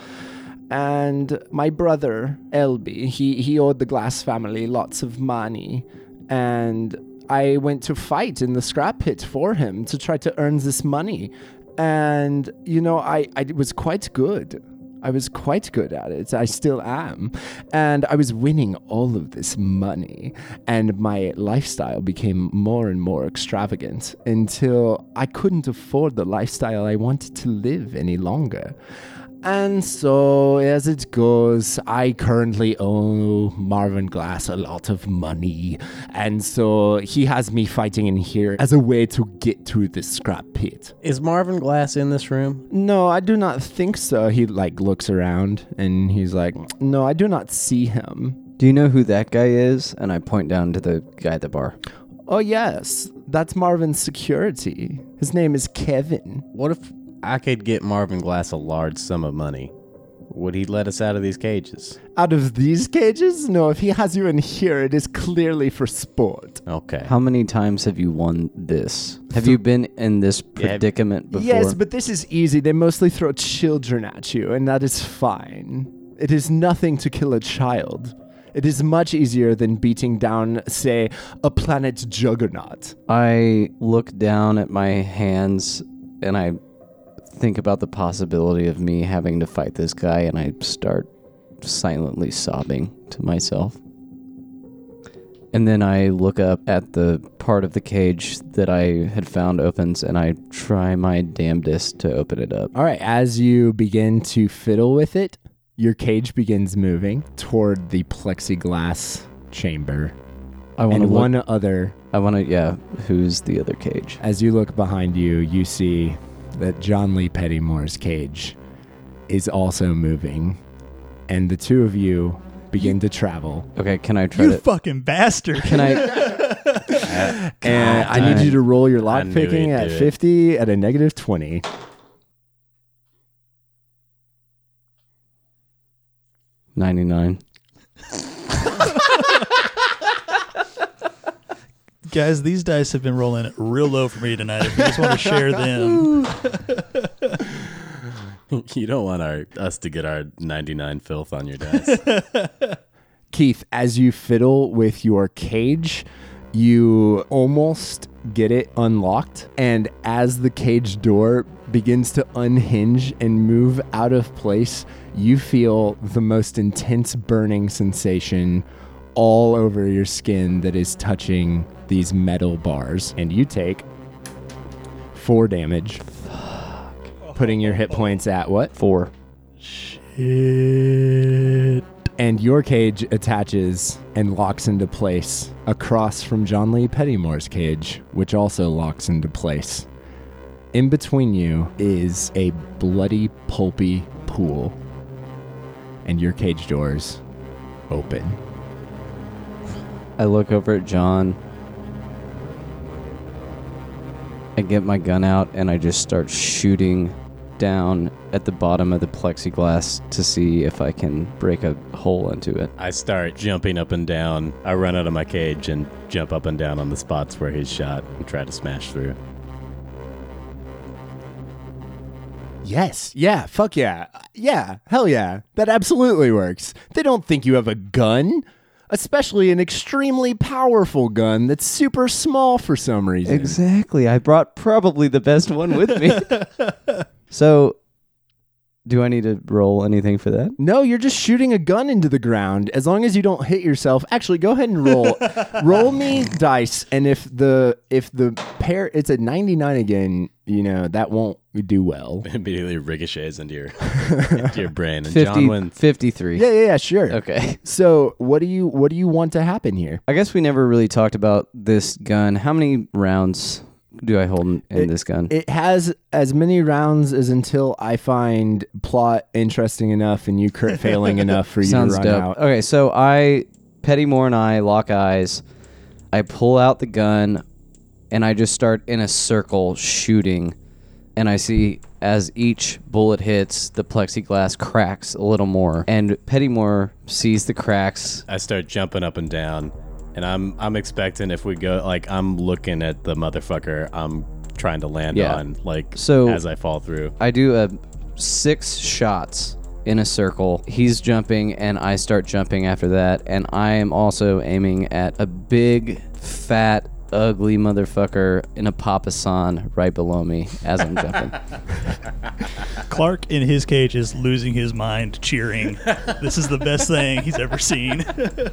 Speaker 4: And my brother Elby, he he owed the Glass family lots of money, and I went to fight in the scrap pit for him to try to earn this money. And you know, I I was quite good. I was quite good at it. I still am. And I was winning all of this money. And my lifestyle became more and more extravagant until I couldn't afford the lifestyle I wanted to live any longer. And so, as it goes, I currently owe Marvin Glass a lot of money. And so, he has me fighting in here as a way to get to the scrap pit.
Speaker 6: Is Marvin Glass in this room?
Speaker 4: No, I do not think so. He like looks around and he's like, "No, I do not see him."
Speaker 2: Do you know who that guy is? And I point down to the guy at the bar.
Speaker 4: Oh yes, that's Marvin's security. His name is Kevin.
Speaker 6: What if I could get Marvin Glass a large sum of money? Would he let us out of these cages?
Speaker 4: Out of these cages? No, if he has you in here, it is clearly for sport.
Speaker 6: Okay.
Speaker 2: How many times have you won this? Have you been in this
Speaker 6: Yeah, have-
Speaker 2: predicament before?
Speaker 4: Yes, but this is easy. They mostly throw children at you, and that is fine. It is nothing to kill a child. It is much easier than beating down, say, a planet's juggernaut.
Speaker 2: I look down at my hands and I think about the possibility of me having to fight this guy and I start silently sobbing to myself. And then I look up at the part of the cage that I had found opens and I try my damnedest to open it up.
Speaker 4: All right, as you begin to fiddle with it, your cage begins moving toward the plexiglass chamber.
Speaker 2: I want to
Speaker 4: And
Speaker 2: one
Speaker 4: one other,
Speaker 2: I want to yeah, who's the other cage?
Speaker 4: as you look behind you, you see that John Lee Pettymore's cage is also moving. And the two of you begin to travel.
Speaker 2: Okay, can I try
Speaker 3: You
Speaker 2: to
Speaker 3: fucking bastard.
Speaker 2: Can I
Speaker 4: and I need
Speaker 2: damn.
Speaker 4: you to roll your lock
Speaker 5: knew
Speaker 4: picking
Speaker 5: he'd
Speaker 4: at
Speaker 5: do it.
Speaker 4: 50 at a negative 20.
Speaker 2: ninety nine?
Speaker 3: Guys, these dice have been rolling real low for me tonight. If you just want to share them,
Speaker 5: you don't want our us to get our 99 filth on your dice.
Speaker 4: Keith, as you fiddle with your cage, you almost get it unlocked. And as the cage door begins to unhinge and move out of place, you feel the most intense burning sensation all over your skin that is touching these metal bars. And you take four damage. Putting your hit points at what?
Speaker 2: Four.
Speaker 4: and your cage attaches and locks into place across from John Lee Pettymore's cage, which also locks into place. In between you is a bloody, pulpy pool, and your cage doors open.
Speaker 2: I look over at John. I get my gun out and I just start shooting down at the bottom of the plexiglass to see if I can break a hole into it.
Speaker 5: I start jumping up and down. I run out of my cage and jump up and down on the spots where he's shot and try to smash through.
Speaker 4: Yes. Yeah. Fuck yeah. Yeah. Hell yeah. That absolutely works. They don't think you have a gun, especially an extremely powerful gun that's super small for some reason.
Speaker 2: Exactly. I brought probably the best one with me. so, do I need to roll anything for that?
Speaker 4: No, you're just shooting a gun into the ground. As long as you don't hit yourself. Actually, go ahead and roll. roll me dice, and if the if the pair it's a 99 again, you know that won't do well.
Speaker 5: Immediately ricochets into your, into your brain. And John wins.
Speaker 2: 53.
Speaker 4: Yeah, yeah, yeah, sure.
Speaker 2: Okay.
Speaker 4: So, what do you what do you want to happen here?
Speaker 2: I guess we never really talked about this gun. How many rounds do I hold in, in
Speaker 4: It-
Speaker 2: this gun?
Speaker 4: It has as many rounds as until I find plot interesting enough and you crit failing enough for you
Speaker 2: Sounds
Speaker 4: to run
Speaker 2: dope.
Speaker 4: out.
Speaker 2: Okay, so I, Pettymore and I lock eyes. I pull out the gun, and I just start in a circle shooting. And I see as each bullet hits, the plexiglass cracks a little more. And Pettymore sees the cracks.
Speaker 5: I start jumping up and down. And I'm I'm expecting if we go like I'm looking at the motherfucker I'm trying to land
Speaker 2: Yeah.
Speaker 5: on like
Speaker 2: So-
Speaker 5: as I fall through.
Speaker 2: I do a six shots in a circle. He's jumping, and I start jumping after that. And I am also aiming at a big, fat ugly motherfucker in a papasan right below me as I'm jumping.
Speaker 3: Clark in his cage is losing his mind, cheering. this is the best thing he's ever seen.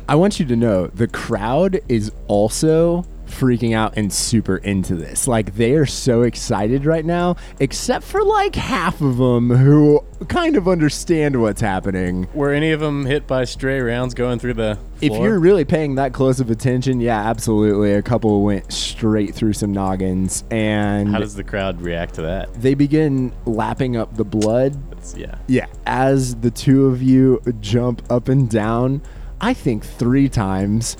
Speaker 4: I want you to know the crowd is also freaking out and super into this. Like they are so excited right now, except for like half of them who kind of understand what's happening.
Speaker 5: Were any of them hit by stray rounds going through the
Speaker 4: If
Speaker 5: floor?
Speaker 4: you're really paying that close of attention, yeah, absolutely. A couple went straight through some noggins
Speaker 5: How
Speaker 4: and
Speaker 5: does the crowd react to that?
Speaker 4: they begin lapping up the blood
Speaker 5: That's, yeah.
Speaker 4: Yeah. As the two of you jump up and down, I think three times.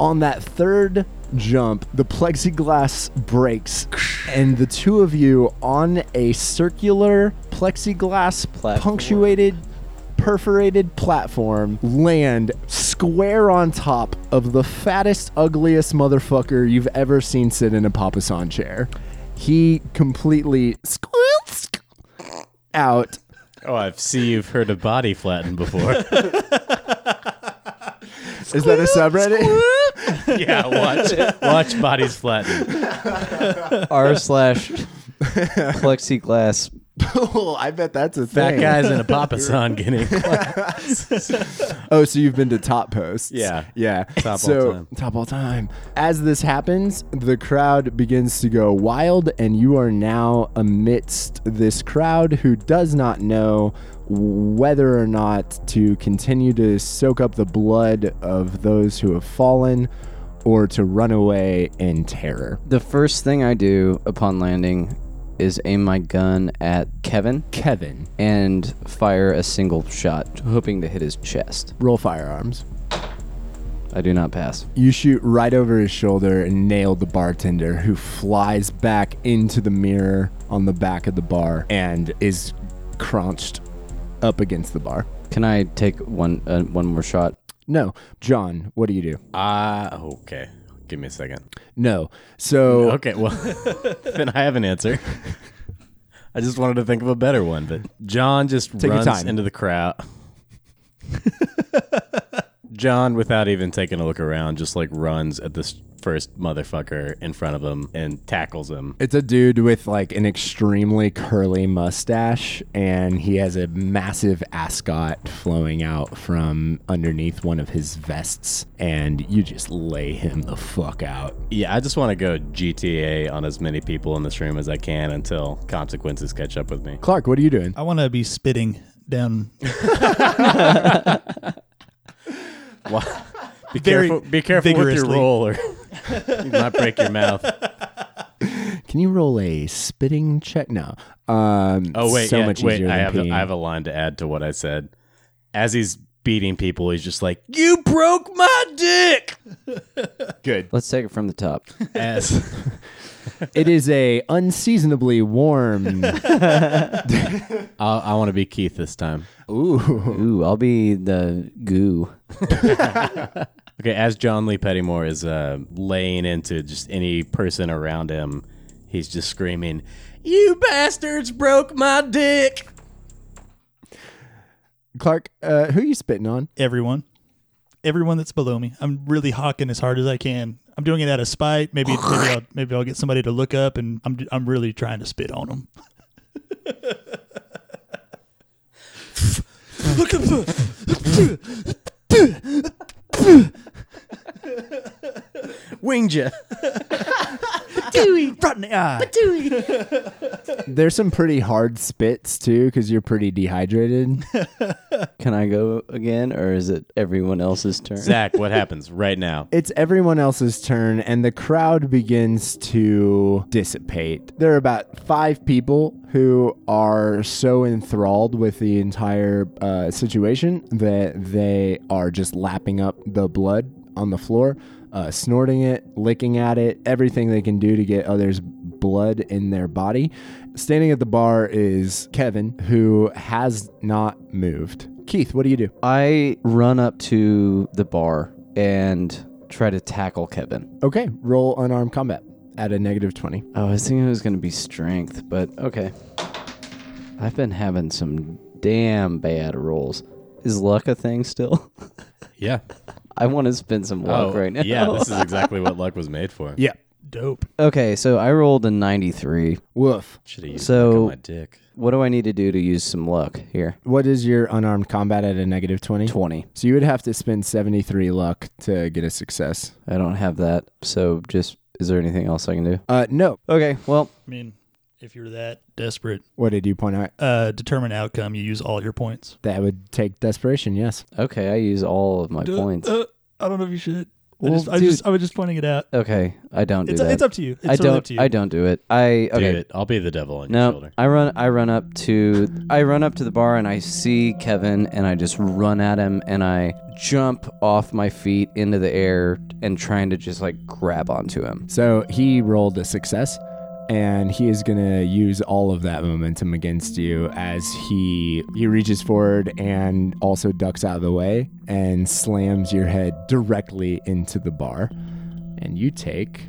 Speaker 4: On that third jump, the plexiglass breaks, and the two of you on a circular plexiglass punctuated, perforated platform land square on top of the fattest, ugliest motherfucker you've ever seen sit in a papasan chair. He completely squeals out
Speaker 5: Oh, I see you've heard of body flatten before.
Speaker 4: Is that a subreddit?
Speaker 5: yeah, watch watch bodies flatten.
Speaker 2: R slash plexiglass.
Speaker 4: oh, I bet that's a
Speaker 5: Fat
Speaker 4: thing.
Speaker 5: guys in a papasan getting.
Speaker 4: Oh, so you've been to Top Posts.
Speaker 5: Yeah.
Speaker 4: Yeah.
Speaker 5: Top all
Speaker 4: so,
Speaker 5: time.
Speaker 4: Top all time. As this happens, the crowd begins to go wild, and you are now amidst this crowd who does not know whether or not to continue to soak up the blood of those who have fallen or to run away in terror.
Speaker 2: The first thing I do upon landing is aim my gun at Kevin
Speaker 4: Kevin,
Speaker 2: and fire a single shot, hoping to hit his chest.
Speaker 4: roll firearms.
Speaker 2: I do not pass.
Speaker 4: You shoot right over his shoulder and nail the bartender, who flies back into the mirror on the back of the bar and is crouched up against the bar.
Speaker 2: Can I take one uh, one more shot?
Speaker 4: No, John, what do you do?
Speaker 5: Ah, okay. Give me a second.
Speaker 4: No. So
Speaker 5: Okay, well, then I have an answer. I just wanted to think of a better one, but John just
Speaker 4: your
Speaker 5: runs
Speaker 4: time.
Speaker 5: into the crowd. John, without even taking a look around, just like runs at this first motherfucker in front of him and tackles him.
Speaker 4: it's a dude with like an extremely curly mustache, and he has a massive ascot flowing out from underneath one of his vests, and you just lay him the fuck out.
Speaker 5: Yeah, I just want to go GTA on as many people in this room as I can until consequences catch up with me.
Speaker 4: Clark, what are you doing?
Speaker 3: I want to be spitting down.
Speaker 5: Be
Speaker 3: Very
Speaker 5: careful, be careful with your
Speaker 3: vigorously.
Speaker 5: roll or you might break your mouth.
Speaker 4: Can you roll a spitting check? No. Um,
Speaker 5: Oh wait,
Speaker 4: so
Speaker 5: yeah,
Speaker 4: much
Speaker 5: wait,
Speaker 4: easier
Speaker 5: I
Speaker 4: than
Speaker 5: have
Speaker 4: peeing.
Speaker 5: I have a line to add to what I said. As he's beating people, he's just like, "You broke my dick."
Speaker 4: Good.
Speaker 2: Let's take it from the top.
Speaker 5: As
Speaker 4: It is a unseasonably warm.
Speaker 5: I'll, I want to be Keith this time.
Speaker 4: Ooh.
Speaker 2: Ooh, I'll be the goo.
Speaker 5: Okay, as John Lee Pettimore is uh, laying into just any person around him, he's just screaming, "You bastards broke my dick!"
Speaker 4: Clark, uh, who you spitting on?
Speaker 3: Everyone, everyone that's below me. I'm really hawking as hard as I can. I'm doing it out of spite. Maybe maybe I'll, maybe I'll get somebody to look up, and I'm I'm really trying to spit on them. look up.
Speaker 5: Winged ya.
Speaker 3: Right in the eye.
Speaker 4: There's some pretty hard spits too, because you're pretty dehydrated.
Speaker 2: Can I go again, or is it everyone else's turn?
Speaker 5: Zach, what happens right now?
Speaker 4: it's everyone else's turn, and the crowd begins to dissipate. There are about five people who are so enthralled with the entire uh, situation that they are just lapping up the blood on the floor, uh, snorting it, licking at it, everything they can do to get others' blood in their body. Standing at the bar is Kevin, who has not moved. Keith, what do you do?
Speaker 2: I run up to the bar and try to tackle Kevin.
Speaker 4: Okay, roll unarmed combat at a negative 20.
Speaker 2: Oh, I was thinking it was going to be strength, but okay. I've been having some damn bad rolls. Is luck a thing still?
Speaker 5: Yeah,
Speaker 2: I want to spend some luck
Speaker 5: Oh,
Speaker 2: right now.
Speaker 5: yeah, this is exactly what luck was made for.
Speaker 4: Yeah.
Speaker 3: Dope.
Speaker 2: Okay, so I rolled a 93.
Speaker 4: Woof.
Speaker 5: Should have used
Speaker 2: So-
Speaker 5: luck on my dick.
Speaker 2: What do I need to do to use some luck here?
Speaker 4: What is your unarmed combat at a negative 20?
Speaker 2: 20.
Speaker 4: So you would have to spend 73 luck to get a success.
Speaker 2: I don't have that. So just is there anything else I can do?
Speaker 4: Uh, no.
Speaker 2: Okay, well,
Speaker 3: I mean, if you're that desperate,
Speaker 4: What did you point out?
Speaker 3: uh, determine outcome. You use all your points.
Speaker 4: That would take desperation, yes.
Speaker 2: okay, I use all of my points.
Speaker 3: Uh, I don't know if you should.
Speaker 2: Well,
Speaker 3: I, just, I,
Speaker 2: dude.
Speaker 3: just, I was just pointing it out.
Speaker 2: Okay, I don't do
Speaker 3: It's,
Speaker 2: that.
Speaker 3: it's up to you. It's
Speaker 2: I
Speaker 3: totally
Speaker 2: don't
Speaker 3: up to you.
Speaker 2: I don't do it. I
Speaker 5: Do
Speaker 2: okay.
Speaker 5: it. I'll be the devil on your
Speaker 2: No,
Speaker 5: shoulder.
Speaker 2: I run I run up to I run up to the bar and I see Kevin and I just run at him and I jump off my feet into the air and trying to just like grab onto him.
Speaker 4: So he rolled a success, and he is going to use all of that momentum against you as he he reaches forward and also ducks out of the way and slams your head directly into the bar, and you take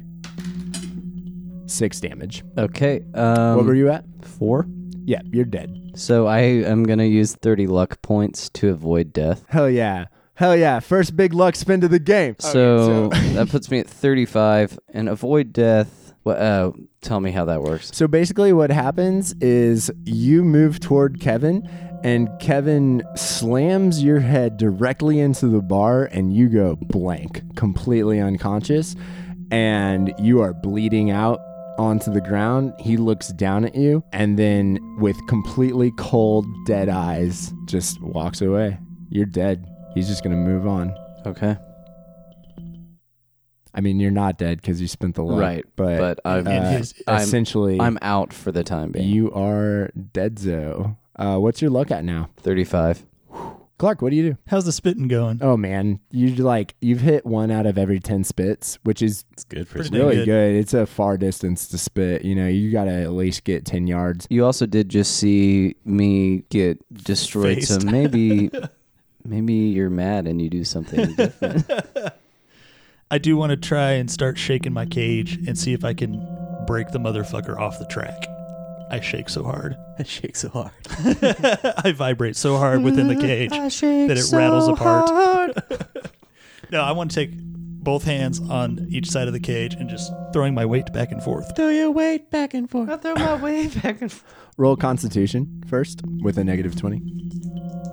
Speaker 4: six damage.
Speaker 2: Okay. Um
Speaker 4: what were you at?
Speaker 2: 4?
Speaker 4: Yeah, you're dead.
Speaker 2: So I am going to use 30 luck points to avoid death.
Speaker 4: Hell yeah. Hell yeah. First big luck spin of the game.
Speaker 2: So, that puts me at 35 and avoid death. Well, uh, tell me how that works.
Speaker 4: So basically, what happens is you move toward Kevin, and Kevin slams your head directly into the bar, and you go blank, completely unconscious, and you are bleeding out onto the ground. He looks down at you, and then with completely cold, dead eyes, just walks away. You're dead. He's just gonna move on.
Speaker 2: Okay.
Speaker 4: I mean, you're not dead because you spent the luck,
Speaker 2: Right,
Speaker 4: But,
Speaker 2: But I'm
Speaker 3: In
Speaker 4: uh,
Speaker 3: his-
Speaker 2: I'm-
Speaker 4: essentially,
Speaker 2: I'm out for the time being.
Speaker 4: You are deadzo. Uh, what's your luck at now?
Speaker 2: 35.
Speaker 4: Clark, what do you do?
Speaker 3: how's the spitting going?
Speaker 4: Oh man, you like you've hit one out of every ten spits, which is
Speaker 5: It's good for
Speaker 3: Pretty
Speaker 5: you.
Speaker 3: damn
Speaker 4: really
Speaker 3: good.
Speaker 4: good. It's a far distance to spit. You know, you gotta at least get ten yards.
Speaker 2: You also did just see me get destroyed,
Speaker 3: Faced.
Speaker 2: so maybe maybe you're mad and you do something different.
Speaker 3: I do want to try and start shaking my cage and see if I can break the motherfucker off the track. I shake so hard.
Speaker 6: That shakes so hard.
Speaker 3: I vibrate so hard within the cage that it rattles apart. no, I want to take both hands on each side of the cage and just throwing my weight back and forth.
Speaker 6: Throw your weight back and forth.
Speaker 4: Roll Constitution first with a negative twenty.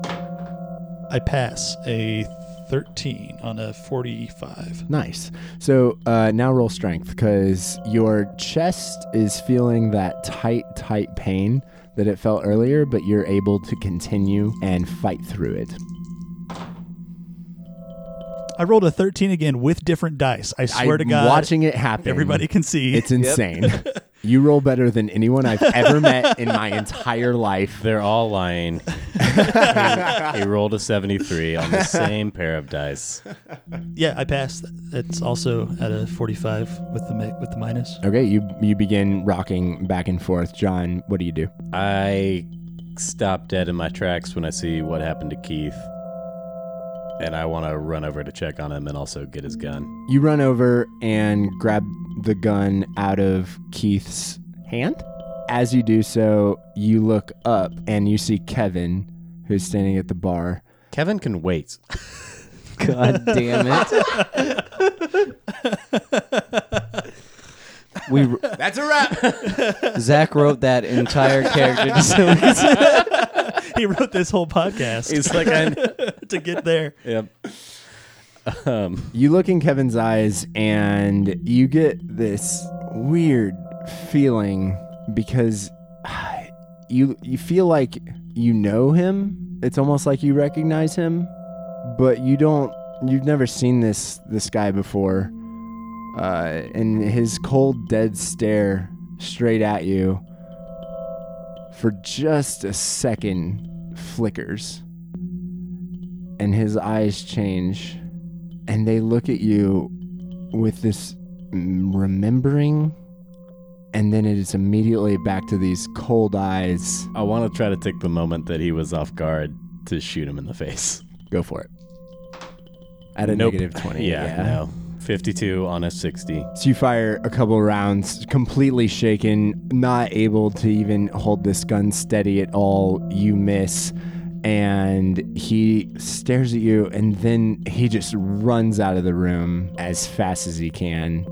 Speaker 3: I pass a 13 on a 45.
Speaker 4: Nice. So uh, now roll strength because your chest is feeling that tight, tight pain that it felt earlier, but you're able to continue and fight through it.
Speaker 3: I rolled a 13 again with different dice. I swear to
Speaker 4: I'm
Speaker 3: God.
Speaker 4: watching it happen.
Speaker 3: Everybody can see.
Speaker 4: It's insane. you roll better than anyone I've ever met in my entire life.
Speaker 5: They're all lying. he rolled a 73 on the same pair of dice.
Speaker 3: yeah, I passed. It's also at a 45 with the mi- with the minus.
Speaker 4: Okay, you you begin rocking back and forth. John, what do you do?
Speaker 5: I stop dead in my tracks when I see what happened to Keith. And I want to run over to check on him and also get his gun.
Speaker 4: You run over and grab the gun out of Keith's hand. As you do so, you look up and you see Kevin, who's standing at the bar.
Speaker 5: Kevin can wait.
Speaker 2: God damn it. We
Speaker 6: That's a wrap.
Speaker 2: Zach wrote that entire character design.
Speaker 3: he wrote this whole podcast
Speaker 5: He's like, i
Speaker 3: to get there.
Speaker 5: yep. Um,
Speaker 4: You look in Kevin's eyes and you get this weird feeling because you you feel like you know him. It's almost like you recognize him, but you don't you've never seen this this guy before. Uh, and his cold dead stare straight at you for just a second flickers and his eyes change and they look at you with this mm, remembering and then it is immediately back to these cold eyes
Speaker 5: I want to try to take the moment that he was off guard to shoot him in the face.
Speaker 4: go for it at a
Speaker 5: Nope.
Speaker 4: negative 20
Speaker 5: Yeah, no. 52 on a 60.
Speaker 4: so you fire a couple rounds completely shaken not able to even hold this gun steady at all you miss and he stares at you and then he just runs out of the room as fast as he can.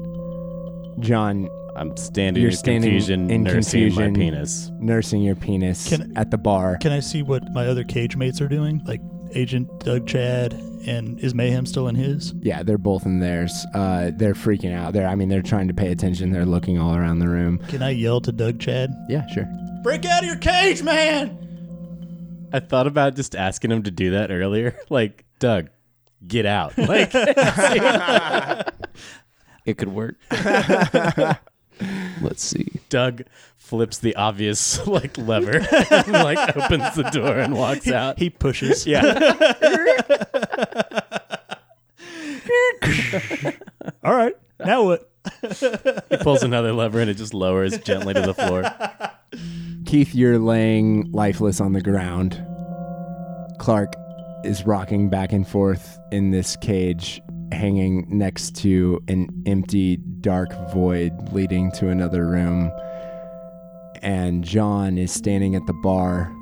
Speaker 4: John
Speaker 5: I'm standing
Speaker 4: You're
Speaker 5: in
Speaker 4: standing
Speaker 5: confusion,
Speaker 4: in
Speaker 5: nursing
Speaker 4: confusion.
Speaker 5: my penis.
Speaker 4: nursing your penis
Speaker 3: Can-
Speaker 4: at the bar.
Speaker 3: Can I see what my other cage mates are doing? Like Agent Doug Chad and is Mayhem still in his?
Speaker 4: yeah, they're both in theirs. Uh, they're freaking out. They're I mean they're trying to pay attention. They're looking all around the room.
Speaker 3: Can I yell to Doug Chad?
Speaker 4: Yeah, sure.
Speaker 3: Break out of your cage, man!
Speaker 5: I thought about just asking him to do that earlier. Like, Doug, get out. Like,
Speaker 2: It could work. Let's see.
Speaker 5: Doug flips the obvious like lever, and, like opens the door and walks out.
Speaker 3: He pushes.
Speaker 5: yeah,
Speaker 3: All right. Now what?
Speaker 5: he pulls another lever and it just lowers gently to the floor.
Speaker 4: Keith, you're laying lifeless on the ground. Clark is rocking back and forth in this cage, hanging next to an empty, dark void leading to another room. And John is standing at the bar.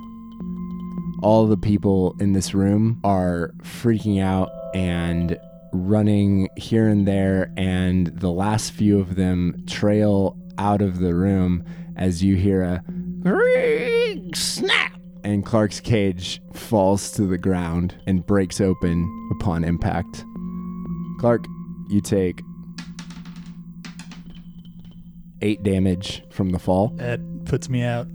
Speaker 4: All the people in this room are freaking out and running here and there, and the last few of them trail out of the room as you hear a Grrrr, snap! And Clark's cage falls to the ground and breaks open upon impact. Clark, you take eight damage from the fall.
Speaker 3: That puts me out.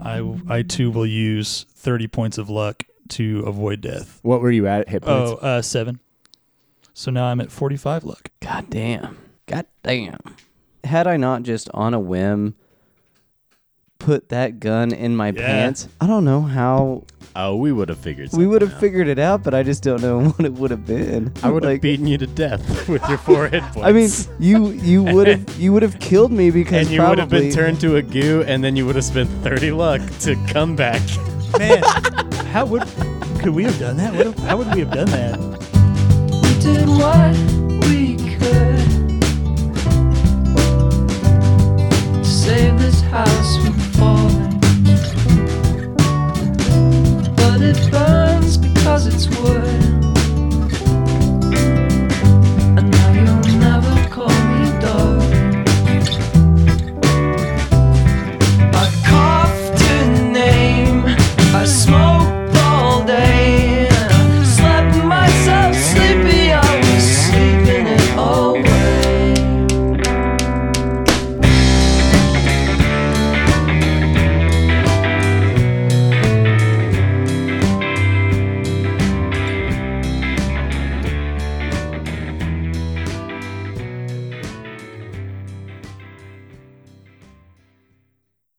Speaker 3: I, I too will use 30 points of luck to avoid death.
Speaker 4: What were you at? Hit points?
Speaker 3: Oh, uh, seven. So now I'm at 45 luck.
Speaker 2: God damn. God damn. Had I not just on a whim put that gun in my
Speaker 3: Yeah.
Speaker 2: pants, I don't know how
Speaker 5: Oh, we would have figured.
Speaker 2: we
Speaker 5: something
Speaker 2: would have
Speaker 5: out.
Speaker 2: figured it out, but I just don't know what it would have been.
Speaker 5: I would have
Speaker 2: Like,
Speaker 5: beaten you to death with your forehead points.
Speaker 2: I mean, you you would have you would have killed me because
Speaker 5: and you would
Speaker 2: probably
Speaker 5: have been turned to a goo, and then you would have spent thirty luck to come back.
Speaker 3: Man, how would could we have done that? What, how would we have done that?
Speaker 7: We did what we could to save this house from falling. But it burns because it's wood.